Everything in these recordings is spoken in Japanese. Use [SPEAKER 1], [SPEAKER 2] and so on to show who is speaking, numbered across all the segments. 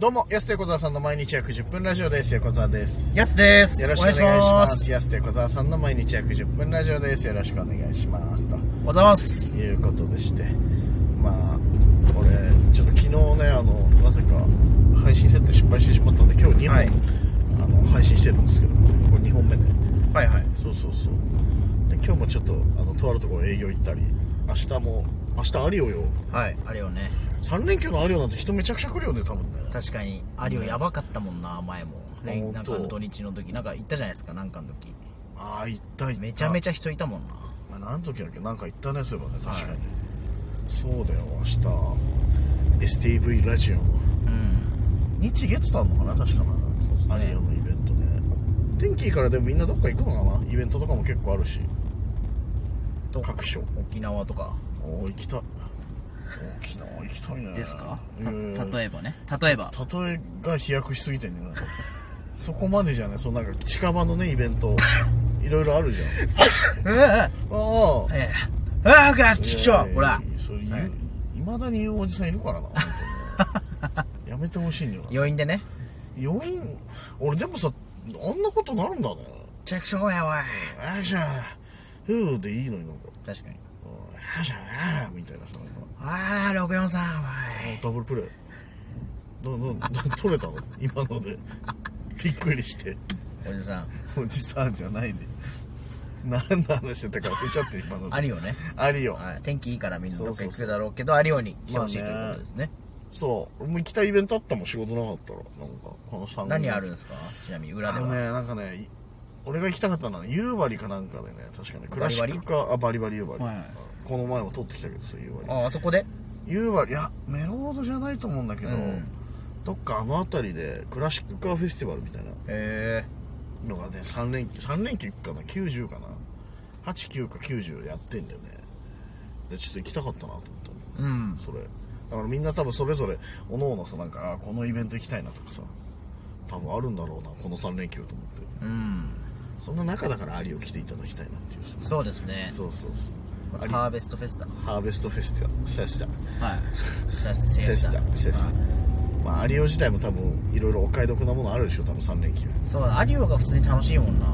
[SPEAKER 1] どうも、安手小沢さんの毎日約10分ラジオです。横澤です。
[SPEAKER 2] やすです。
[SPEAKER 1] よろしくお願いします。
[SPEAKER 2] お願いし
[SPEAKER 1] 安手小沢さんの毎日約10分ラジオです。よろしくお願いします。と
[SPEAKER 2] ます。おはようございます。
[SPEAKER 1] いうことでして、まあ、俺、ちょっと昨日ね、あの、なぜか配信設定失敗してしまったんで、今日2本、
[SPEAKER 2] はい
[SPEAKER 1] あの配信してるんですけど、これ2本目ね。
[SPEAKER 2] はいはい。
[SPEAKER 1] そうそうそう。で今日もちょっと、あの、とあるところ営業行ったり、明日も、明日ありよよ。
[SPEAKER 2] はい。あれよね。
[SPEAKER 1] 3連休のありよなんて人めちゃくちゃ来るよね、多分ね。
[SPEAKER 2] 確かに、あれよやばかったもんな、前も。ね
[SPEAKER 1] 本当
[SPEAKER 2] なんかあの土日の時、なんか行ったじゃないですか、なんかの時。
[SPEAKER 1] ああ、行った行った。
[SPEAKER 2] めちゃめちゃ人いたもんな。
[SPEAKER 1] まあ、何の時だっけなんか言ったねそういえばね確かに、
[SPEAKER 2] はい
[SPEAKER 1] そうだよ明日 STV ラジオの
[SPEAKER 2] うん。
[SPEAKER 1] 日月とあんのかな確かな
[SPEAKER 2] うですね
[SPEAKER 1] アリオのイベントね天気いいからでもみんなどっか行くのかなイベントとかも結構あるし
[SPEAKER 2] と
[SPEAKER 1] 各所
[SPEAKER 2] 沖縄とか
[SPEAKER 1] おお行きたい沖縄行きたいね
[SPEAKER 2] ですか
[SPEAKER 1] えー
[SPEAKER 2] た例えばね。例 えば。
[SPEAKER 1] 例えが飛躍しすぎてんねんなそこまでじゃないそうなんか近場のねイベン トいろいろあるじゃん
[SPEAKER 2] うわ
[SPEAKER 1] ああ
[SPEAKER 2] ええ。うわうわちくしょ
[SPEAKER 1] いうや
[SPEAKER 2] ほら。
[SPEAKER 1] それ
[SPEAKER 2] はい
[SPEAKER 1] いまだに言うおじさんいるからな 本当にやめてほしいんだよな
[SPEAKER 2] 余韻でね。
[SPEAKER 1] 余韻俺でもさあんなことなるんだね
[SPEAKER 2] ちくしょうや、おい。
[SPEAKER 1] あーじゃあふーでいいのになんか
[SPEAKER 2] 確かに。
[SPEAKER 1] うんあーじゃああーみたいなさなんか
[SPEAKER 2] ああ、64さん、おい。
[SPEAKER 1] ダブルプレーななな取れたの今のでびっくりして
[SPEAKER 2] おじさん。
[SPEAKER 1] おじさんじゃないで何の話してたか忘れちゃって今ので
[SPEAKER 2] ありよね。
[SPEAKER 1] ありよ
[SPEAKER 2] はい天気いいからみんなどっか
[SPEAKER 1] そう
[SPEAKER 2] 行
[SPEAKER 1] そうそう
[SPEAKER 2] くだろうけど、ありように来てほしいと
[SPEAKER 1] ま
[SPEAKER 2] い
[SPEAKER 1] あね
[SPEAKER 2] うことですね。
[SPEAKER 1] そう俺も行きたいイベントあったもん仕事なかったらなんかこの3年
[SPEAKER 2] 何あるんですかちなみに裏で
[SPEAKER 1] あの
[SPEAKER 2] は。
[SPEAKER 1] ね、なんかね、い俺が行きたかったのは、夕張かなんかでね、確かね、クラシックか、あ、バリバリ夕張、
[SPEAKER 2] はいはい
[SPEAKER 1] この前も撮ってきたけどさ、夕張。
[SPEAKER 2] ああそこで
[SPEAKER 1] 夕張、いや、メロードじゃないと思うんだけど、
[SPEAKER 2] うん
[SPEAKER 1] どっかあの辺りで、クラシックカーフェスティバルみたいな
[SPEAKER 2] へ
[SPEAKER 1] のがね、3連休、3連休かな、90かな。8、9か90やってんだよね。で、ちょっと行きたかったなと思ったの
[SPEAKER 2] え。うん。
[SPEAKER 1] それだからみんな多分それぞれおのおのさなんかあこのイベント行きたいなとかさ多分あるんだろうなこの3連休と思って
[SPEAKER 2] うん。
[SPEAKER 1] そんな中だからアリを来ていただきたいなっていうさ
[SPEAKER 2] そうですね。
[SPEAKER 1] そうそうそうアリ
[SPEAKER 2] ハーベストフェスタ。
[SPEAKER 1] ハーベストフェスティバルフェスタ
[SPEAKER 2] はい。セス
[SPEAKER 1] フェスタフェ
[SPEAKER 2] セ
[SPEAKER 1] スタまあアリオ自体も多分いろいろお買い得なものあるでしょ多分3連休
[SPEAKER 2] そう、アリオが普通に楽しいもんな。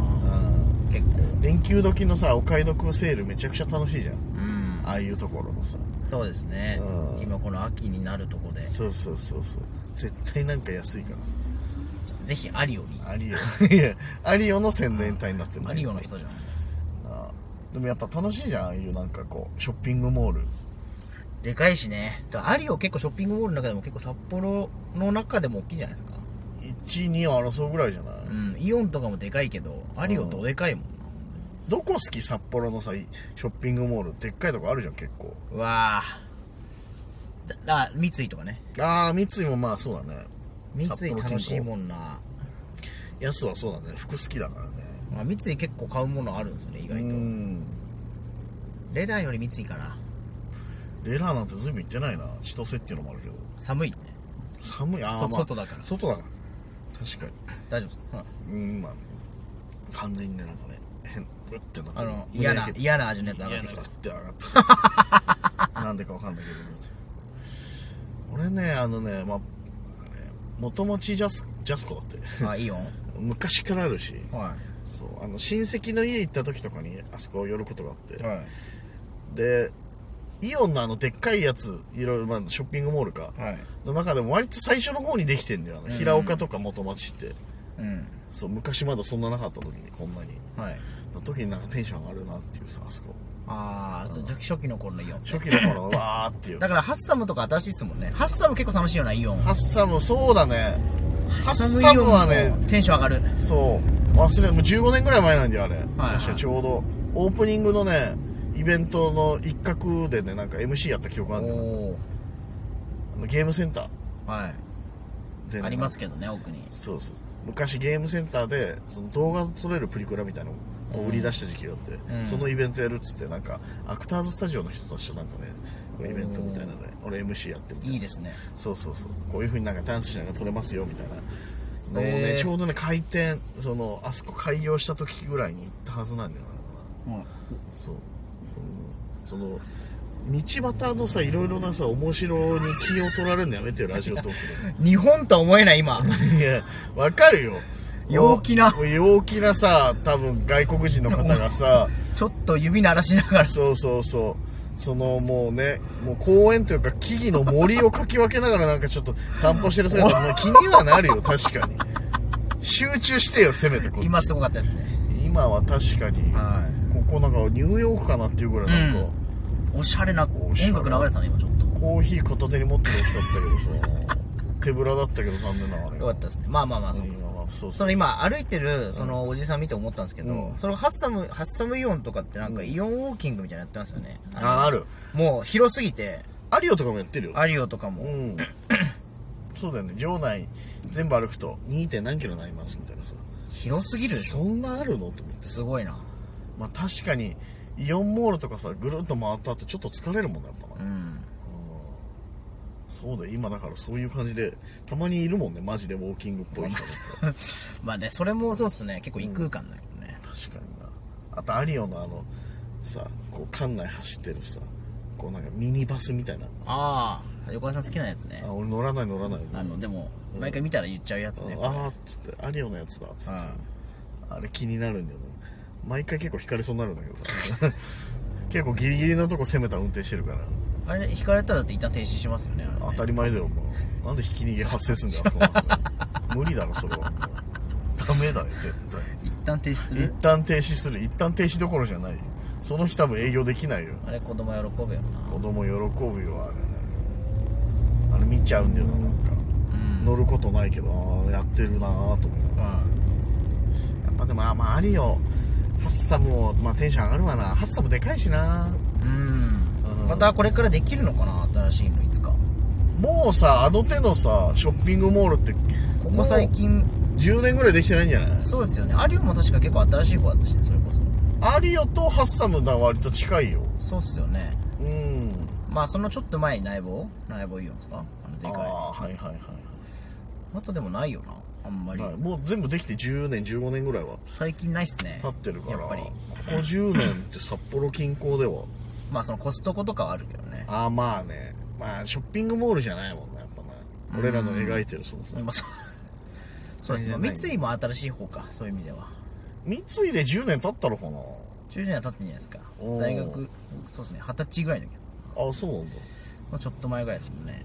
[SPEAKER 2] 結構。
[SPEAKER 1] 連休時のさお買い得セールめちゃくちゃ楽しいじゃん
[SPEAKER 2] うん。
[SPEAKER 1] ああいうところのさ
[SPEAKER 2] そうですね
[SPEAKER 1] う。ん
[SPEAKER 2] 今この秋になるとこで、
[SPEAKER 1] そうそうそうそう絶対なんか安いからさ
[SPEAKER 2] ぜひアリオに。
[SPEAKER 1] アリオ いやアリオの宣伝隊になってる
[SPEAKER 2] アリオの人じゃん。
[SPEAKER 1] なでもやっぱ楽しいじゃんああいうなんかこうショッピングモール
[SPEAKER 2] でかいしね。だからアリオ結構ショッピングモールの中でも結構札幌の中でも大きいじゃないですか。
[SPEAKER 1] 12を争うぐらいじゃない、
[SPEAKER 2] うん。イオンとかもでかいけど、アリオどでかいもん。
[SPEAKER 1] どこ好き札幌のさいショッピングモールでっかいとこあるじゃん結構
[SPEAKER 2] うわぁ。だ、あ、三井とかね。
[SPEAKER 1] ああ三井もまあそうだね
[SPEAKER 2] 三
[SPEAKER 1] 札幌
[SPEAKER 2] 井
[SPEAKER 1] 近郊
[SPEAKER 2] 楽しいもんな。
[SPEAKER 1] やすはそうだね服好きだからね
[SPEAKER 2] まあ、三井結構買うものあるんですよね、意
[SPEAKER 1] う
[SPEAKER 2] 外と。
[SPEAKER 1] ん
[SPEAKER 2] レダーより三井かな。
[SPEAKER 1] レラーなんて随分行ってないな千歳っていうのもあるけど
[SPEAKER 2] 寒いね。
[SPEAKER 1] 寒いあー、
[SPEAKER 2] そ
[SPEAKER 1] まあ、
[SPEAKER 2] 外だから
[SPEAKER 1] 外だから確か
[SPEAKER 2] 大丈夫で
[SPEAKER 1] に
[SPEAKER 2] す。
[SPEAKER 1] うんまあ完全にねなんかね変うってなんか
[SPEAKER 2] あの、嫌な、嫌な味のやつ上がってきた
[SPEAKER 1] い。やなんか食って上がった なんでかわかんないけど俺ねあのねまああれ元町ジャスジャスコだって
[SPEAKER 2] あ、イオン
[SPEAKER 1] 昔からあるし
[SPEAKER 2] は
[SPEAKER 1] そうあの親戚の家行った時とかにあそこ寄ることがあって、
[SPEAKER 2] い。は
[SPEAKER 1] でイオンのあのでっかいやついろいろ、まあ、ショッピングモールか
[SPEAKER 2] い。はい。
[SPEAKER 1] の中でも割と最初の方にできてんだよあの平岡とか元町って、
[SPEAKER 2] うん。
[SPEAKER 1] そう昔まだそんななかった時にこんなに
[SPEAKER 2] はい。
[SPEAKER 1] の時になんかテンション上がるなっていうさあそこ
[SPEAKER 2] あー、そう初期の頃のイオンですね。
[SPEAKER 1] 初期の頃わーっていう
[SPEAKER 2] だから、ハッサムとか新しいっすもんね。ハッサム結構楽しいよな、イオン。
[SPEAKER 1] ハッサム、そうだね。ハッ
[SPEAKER 2] イ
[SPEAKER 1] サム
[SPEAKER 2] オンも
[SPEAKER 1] はね、
[SPEAKER 2] テンション上がる。
[SPEAKER 1] そう、忘れ、もう15年ぐらい前なんだよ、あれ。
[SPEAKER 2] はい
[SPEAKER 1] 確かちょうど、オープニングのね、イベントの一角でね、なんか MC やった記憶があるんだよ
[SPEAKER 2] おー。
[SPEAKER 1] あのゲームセンタ
[SPEAKER 2] はい。
[SPEAKER 1] ーで、ね、
[SPEAKER 2] ありますけどね、奥に。
[SPEAKER 1] そうそう。昔ゲームセンターで、その動画撮れるプリクラみたいなのを売り出した時期があって、
[SPEAKER 2] ん
[SPEAKER 1] そのイベントやるっつって、なんか、アクターズスタジオの人たちとなんかね、こうイベントみたいなので、俺 MC やってみたいない
[SPEAKER 2] いですね。
[SPEAKER 1] そうそうそうこういう風になんかダンスしながら撮れますよみたいなのを
[SPEAKER 2] へ
[SPEAKER 1] ね
[SPEAKER 2] ー
[SPEAKER 1] ちょうどね開店そのあそこ開業した時ぐらいに行ったはずなんだよなそう、うんその道端のさいろいろなさ面白に気を取られるのやめてよラジオトーク
[SPEAKER 2] 日本とは思えない今
[SPEAKER 1] でいやわかるよ
[SPEAKER 2] 陽気な
[SPEAKER 1] 陽気なさ多分外国人の方が さ
[SPEAKER 2] ちょっと指鳴らしながら
[SPEAKER 1] そうそうそうそのもうねもう公園というか木々の森をかき分けながらなんかちょっと散歩してる姿まあ気にはなるよ確かに集中してよせめてこっち
[SPEAKER 2] 今すごかったですね
[SPEAKER 1] 今は確かに
[SPEAKER 2] は
[SPEAKER 1] ここなんかニューヨークかなっていうぐらいなんか、
[SPEAKER 2] おしゃれな音
[SPEAKER 1] おしゃれ
[SPEAKER 2] 楽流れてたね今ちょっと
[SPEAKER 1] コーヒー片手に持ってほしかったけどさ手ぶらだったけど残念ながら
[SPEAKER 2] よかったですねまあまあまあ そう
[SPEAKER 1] 今はそう
[SPEAKER 2] そ
[SPEAKER 1] そう
[SPEAKER 2] の今歩いてるそのおじさん見て思ったんですけど、
[SPEAKER 1] うん
[SPEAKER 2] そのハッサムハッサムイオンとかってなんかイオンウォーキングみたいなのやってますよねの
[SPEAKER 1] あある
[SPEAKER 2] もう広すぎて
[SPEAKER 1] アリオとかもやってるよ
[SPEAKER 2] アリオとかも、
[SPEAKER 1] うん、そうだよね場内全部歩くと 2. 点何キロになりますみたいなさ
[SPEAKER 2] 広すぎるでしょ
[SPEAKER 1] そんなあるのと思って
[SPEAKER 2] すごいな
[SPEAKER 1] まあ確かにイオンモールとかさぐるっと回った後ちょっと疲れるもんねやっぱ
[SPEAKER 2] う
[SPEAKER 1] な、
[SPEAKER 2] ん
[SPEAKER 1] そうだよ今だからそういう感じでたまにいるもんねマジでウォーキングっぽい人 とか
[SPEAKER 2] まあねそれもそうっすね結構異空間だけどね、
[SPEAKER 1] 確かになあとアリオのあのさこう館内走ってるさこうなんかミニバスみたいな
[SPEAKER 2] ああ横川さん好きなやつね
[SPEAKER 1] あ俺乗らない乗らない
[SPEAKER 2] あのでも毎回見たら言っちゃうやつね、
[SPEAKER 1] ああーっつってアリオのやつだっつって、あれ気になるんだよね毎回結構引かれそうにな るんだけどさ結構ギリギリのとこ攻めた運転してるから
[SPEAKER 2] あれ引かれたらだって一旦停止しますよねあれね
[SPEAKER 1] 当たり前だよもうなんでひき逃げ発生すんだよあそこなんか無理だろそれはもうダメだよ絶
[SPEAKER 2] 一旦停止す
[SPEAKER 1] 対一
[SPEAKER 2] る
[SPEAKER 1] 旦停止する一旦停止どころじゃないよその日多分営業できないよ
[SPEAKER 2] あれ子供喜ぶよな
[SPEAKER 1] 子供喜ぶよあれあれ見ちゃうんだよななんか乗ることないけどあーやってるなーと思いながらやっぱでもあまあありよハッサムも、まあ、テンション上がるわなハッサムでかいしな
[SPEAKER 2] うん、
[SPEAKER 1] うん
[SPEAKER 2] またこれからできるのかな新しいのいつか
[SPEAKER 1] もうさあの手のさショッピングモールって
[SPEAKER 2] ここ最近
[SPEAKER 1] 10年ぐらいできてないんじゃない
[SPEAKER 2] そうですよねアリオも確か結構新しい子だったしねそれこそ
[SPEAKER 1] アリオとハッサムだ割と近いよ
[SPEAKER 2] そうっすよね
[SPEAKER 1] うん
[SPEAKER 2] まあそのちょっと前に内房内房イオンですかあので
[SPEAKER 1] あ
[SPEAKER 2] かい
[SPEAKER 1] あはいはいはい
[SPEAKER 2] あとでもないよなあんまり、
[SPEAKER 1] はいもう全部できて10年15年ぐらいは
[SPEAKER 2] 最近ないっすね
[SPEAKER 1] 経ってるから
[SPEAKER 2] やっぱり
[SPEAKER 1] ここ10年って札幌近郊では
[SPEAKER 2] まあそのコストコとかはあるけどね
[SPEAKER 1] ああまあねまあショッピングモールじゃないもんねやっぱね俺らの描いてるそのさ
[SPEAKER 2] ま あそうそうですね
[SPEAKER 1] 全然ない
[SPEAKER 2] 三井も新しい方かそういう意味では
[SPEAKER 1] 三井で10年経ったのかな
[SPEAKER 2] 中年は経ってんじゃないですか
[SPEAKER 1] おー
[SPEAKER 2] 大学そうですね二十歳ぐらいの時
[SPEAKER 1] あそうなんだ
[SPEAKER 2] まあちょっと前ぐらいですもんね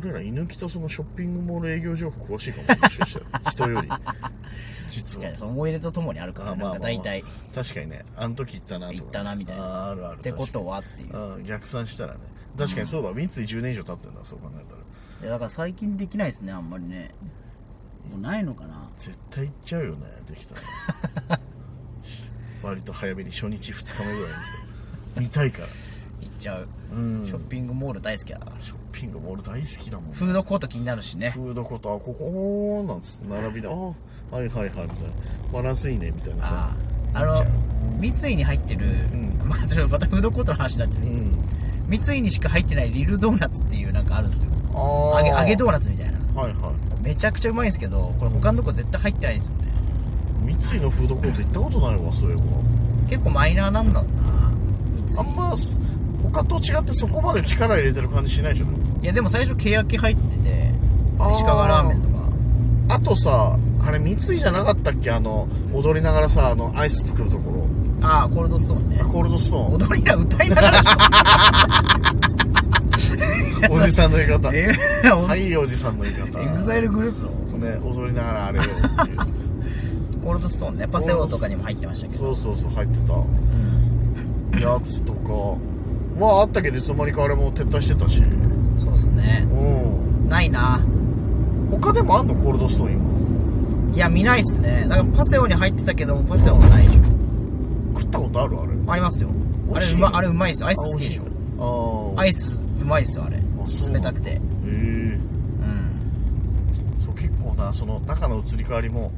[SPEAKER 1] 俺ら犬木とそのショッピングモール営業情報詳しいかももしかしたら人より実
[SPEAKER 2] 確
[SPEAKER 1] は
[SPEAKER 2] かにその思い入れとともにあるから、
[SPEAKER 1] あ
[SPEAKER 2] ね、なんか大体
[SPEAKER 1] 確かにねあの時行ったなとか
[SPEAKER 2] 行ったなみたいな
[SPEAKER 1] あーあるある
[SPEAKER 2] ってことはっていう
[SPEAKER 1] 確かにうん逆算したらね確かにそうだ、三井10年以上経ってんだそう考えたら
[SPEAKER 2] いやだから最近できないですねあんまりねもうないのかな
[SPEAKER 1] 絶対行っちゃうよねできたら 割と早めに初日2日目ぐらいにさ見たいから
[SPEAKER 2] 行っちゃう、
[SPEAKER 1] うん
[SPEAKER 2] シ
[SPEAKER 1] シ
[SPEAKER 2] ョ
[SPEAKER 1] ョ
[SPEAKER 2] ッピングモール大好きだから
[SPEAKER 1] ッピングモール大好きだもん
[SPEAKER 2] フードコート気になるしね
[SPEAKER 1] フードコートあここなんつって並びであーはいはいはいみたいなバランスいいねみたいなさ
[SPEAKER 2] あああの
[SPEAKER 1] 見ちゃ
[SPEAKER 2] 三井に入ってる、
[SPEAKER 1] ん
[SPEAKER 2] まあちょっとまたフードコートの話になっ
[SPEAKER 1] う
[SPEAKER 2] てる
[SPEAKER 1] ん
[SPEAKER 2] 三井にしか入ってないリルドーナツっていうなんかあるんですよ
[SPEAKER 1] あ
[SPEAKER 2] 揚
[SPEAKER 1] ー
[SPEAKER 2] げ揚げドーナツみたいな
[SPEAKER 1] はいは
[SPEAKER 2] めちゃくちゃうまいんですけどこれ他のとこ絶対入ってないんですよね
[SPEAKER 1] い三井のフードコート行ったことないわそういえば
[SPEAKER 2] 結構マイナーなんだろうな
[SPEAKER 1] あんま他と違ってそこまで力入れてる感じしないでしょ
[SPEAKER 2] いやでも最初ケヤキ入っててで
[SPEAKER 1] あー
[SPEAKER 2] 石川ラーメンとか
[SPEAKER 1] あとさあれ三井じゃなかったっけあの踊りながらさあのアイス作るところ
[SPEAKER 2] ああコールドストーンね
[SPEAKER 1] コールドスト
[SPEAKER 2] 踊りな歌いながら
[SPEAKER 1] ーンおじさんの言い方
[SPEAKER 2] え
[SPEAKER 1] は
[SPEAKER 2] ー、
[SPEAKER 1] いおじさんの言い方
[SPEAKER 2] エグザイルグループのその
[SPEAKER 1] ね踊りながらあれをっ ていうや
[SPEAKER 2] コールドストーンねパセロとかにも入ってましたけ
[SPEAKER 1] つ
[SPEAKER 2] ど
[SPEAKER 1] そうそうそう入ってたやつとかはあったけどいつの間にかあれも撤退してたし
[SPEAKER 2] そうっすね
[SPEAKER 1] うん
[SPEAKER 2] ないな
[SPEAKER 1] 他でもあんのコールドストーン今
[SPEAKER 2] いや見ないっすねだからパセオに入ってたけどもパセオがないでし
[SPEAKER 1] 食ったことあるあれ
[SPEAKER 2] ょありますよ
[SPEAKER 1] 美
[SPEAKER 2] あれ
[SPEAKER 1] 味し
[SPEAKER 2] う
[SPEAKER 1] い
[SPEAKER 2] まあれうまいっすよアイス好きでしょ
[SPEAKER 1] ょああ
[SPEAKER 2] アイスうまいっすよあれ
[SPEAKER 1] そう
[SPEAKER 2] 冷たくて
[SPEAKER 1] へえ
[SPEAKER 2] うん
[SPEAKER 1] そう結構なその中の移り変わりも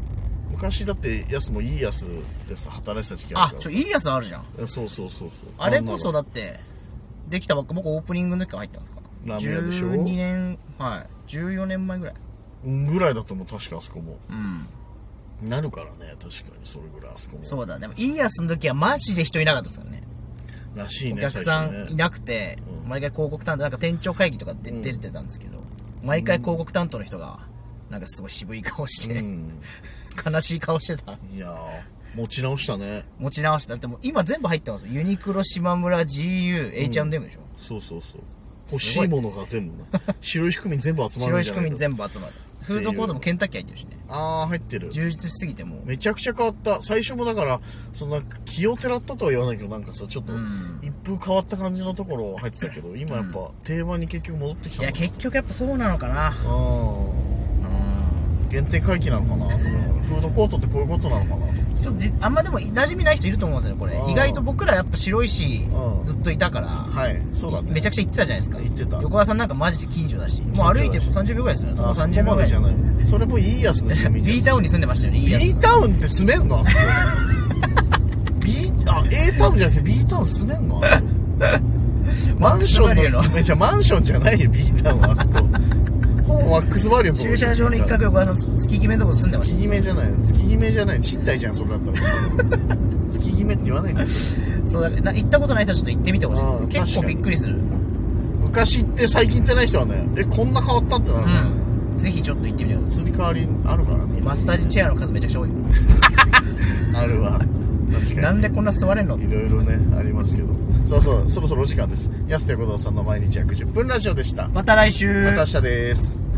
[SPEAKER 1] 昔だってやすもいいやすでさ働いてた時期あ
[SPEAKER 2] あ
[SPEAKER 1] るからさ
[SPEAKER 2] ちょいいやつあるじゃん
[SPEAKER 1] えそうそうそうそう
[SPEAKER 2] あれこそだ
[SPEAKER 1] っ
[SPEAKER 2] ってできたばっか僕オープニングの時から入ってますから
[SPEAKER 1] ラーメン屋でしょ
[SPEAKER 2] 12年はい14年前ぐらい
[SPEAKER 1] ぐらいだともう確かあそこも
[SPEAKER 2] うん
[SPEAKER 1] なるからね確かにそれぐらいあそこも
[SPEAKER 2] そうだでもいいやつの時はマジで人いなかったですよね
[SPEAKER 1] らしい
[SPEAKER 2] お
[SPEAKER 1] ね
[SPEAKER 2] 客さ
[SPEAKER 1] 最近
[SPEAKER 2] ん
[SPEAKER 1] ね
[SPEAKER 2] いなくて、
[SPEAKER 1] うん
[SPEAKER 2] 毎回広告担当、なんか店長会議とかで
[SPEAKER 1] うん
[SPEAKER 2] 出てたんですけど、毎回広告担当の人が、なんかすごい渋い顔して、
[SPEAKER 1] うん
[SPEAKER 2] 悲しい顔してた。
[SPEAKER 1] いやー持ち直したね
[SPEAKER 2] 持ち直して、だってもう今全部入ってますよユニクロ、島村、GU、H&M でしょ。
[SPEAKER 1] そうそうそう欲しいものが全部ね白い仕組み全部集まるん
[SPEAKER 2] 白い
[SPEAKER 1] じ
[SPEAKER 2] 仕
[SPEAKER 1] ゃない
[SPEAKER 2] 組み
[SPEAKER 1] か
[SPEAKER 2] 全部集まる。フードコートもケンタッキー入ってるしね。
[SPEAKER 1] ああ入ってる
[SPEAKER 2] 充実しすぎてもう、
[SPEAKER 1] めちゃくちゃ変わった最初もだからそんな気をてらったとは言わないけどなんかさちょっと
[SPEAKER 2] うん
[SPEAKER 1] 一風変わった感じのところ入ってたけど今やっぱ定番に結局戻ってき
[SPEAKER 2] い
[SPEAKER 1] た
[SPEAKER 2] や、
[SPEAKER 1] の
[SPEAKER 2] 結局やっぱそうなのかな。
[SPEAKER 1] あー限定回帰なのかなとかフードコートってこういうことなのかなとか
[SPEAKER 2] ちょっとじあんまでも馴染みない人いると思うんですよね、こ
[SPEAKER 1] あ
[SPEAKER 2] れ。
[SPEAKER 1] ー
[SPEAKER 2] 意外と僕らやっぱ白いし
[SPEAKER 1] う、ん
[SPEAKER 2] ずっといたから、
[SPEAKER 1] はいそうだね
[SPEAKER 2] めちゃくちゃ行ってたじゃないですか。
[SPEAKER 1] 行ってた
[SPEAKER 2] 横川さんなんかマジで近所だし、もう歩いても30秒ぐらいですよね。多分
[SPEAKER 1] あそこ
[SPEAKER 2] 30秒
[SPEAKER 1] ま
[SPEAKER 2] ぐ
[SPEAKER 1] で
[SPEAKER 2] らい
[SPEAKER 1] じゃ。ないそれもいいやつの住みじゃん
[SPEAKER 2] B タウンに住んでましたよね、いいやつ
[SPEAKER 1] B タウンって住めんのあそこ B あ A タウンじゃなくて B タウン住めんのあそこマンショ
[SPEAKER 2] マックスバリ
[SPEAKER 1] ン
[SPEAKER 2] ュー
[SPEAKER 1] の
[SPEAKER 2] の
[SPEAKER 1] めちゃマンションじゃないよ B タウンはあそこほぼマックスバリューと
[SPEAKER 2] 駐車場の一角横川さん、月決めのとこ住んでま
[SPEAKER 1] 月
[SPEAKER 2] し
[SPEAKER 1] 決めじゃない月決めじゃない賃貸じゃんそれだったら 月決めって言わないんだよ
[SPEAKER 2] た。そうだからな行ったことない人はちょっと行ってみてほしい
[SPEAKER 1] あー
[SPEAKER 2] です。結
[SPEAKER 1] 確
[SPEAKER 2] 構
[SPEAKER 1] かに
[SPEAKER 2] びっくりする。
[SPEAKER 1] 昔行って最近行ってない人はねえこんな変わったってなるからね、
[SPEAKER 2] うん。ぜひちょっと行ってみてくださ
[SPEAKER 1] 移り変わりあるからね
[SPEAKER 2] い。マッサージチェアの数めちゃくちゃ多い。
[SPEAKER 1] あるわ確か
[SPEAKER 2] な
[SPEAKER 1] に
[SPEAKER 2] んでこんな座れんの
[SPEAKER 1] いろいろねありますけどそうそうそろそろお時間です安手小僧さんの毎日約10分ラジオでしたま
[SPEAKER 2] また来週
[SPEAKER 1] た明日です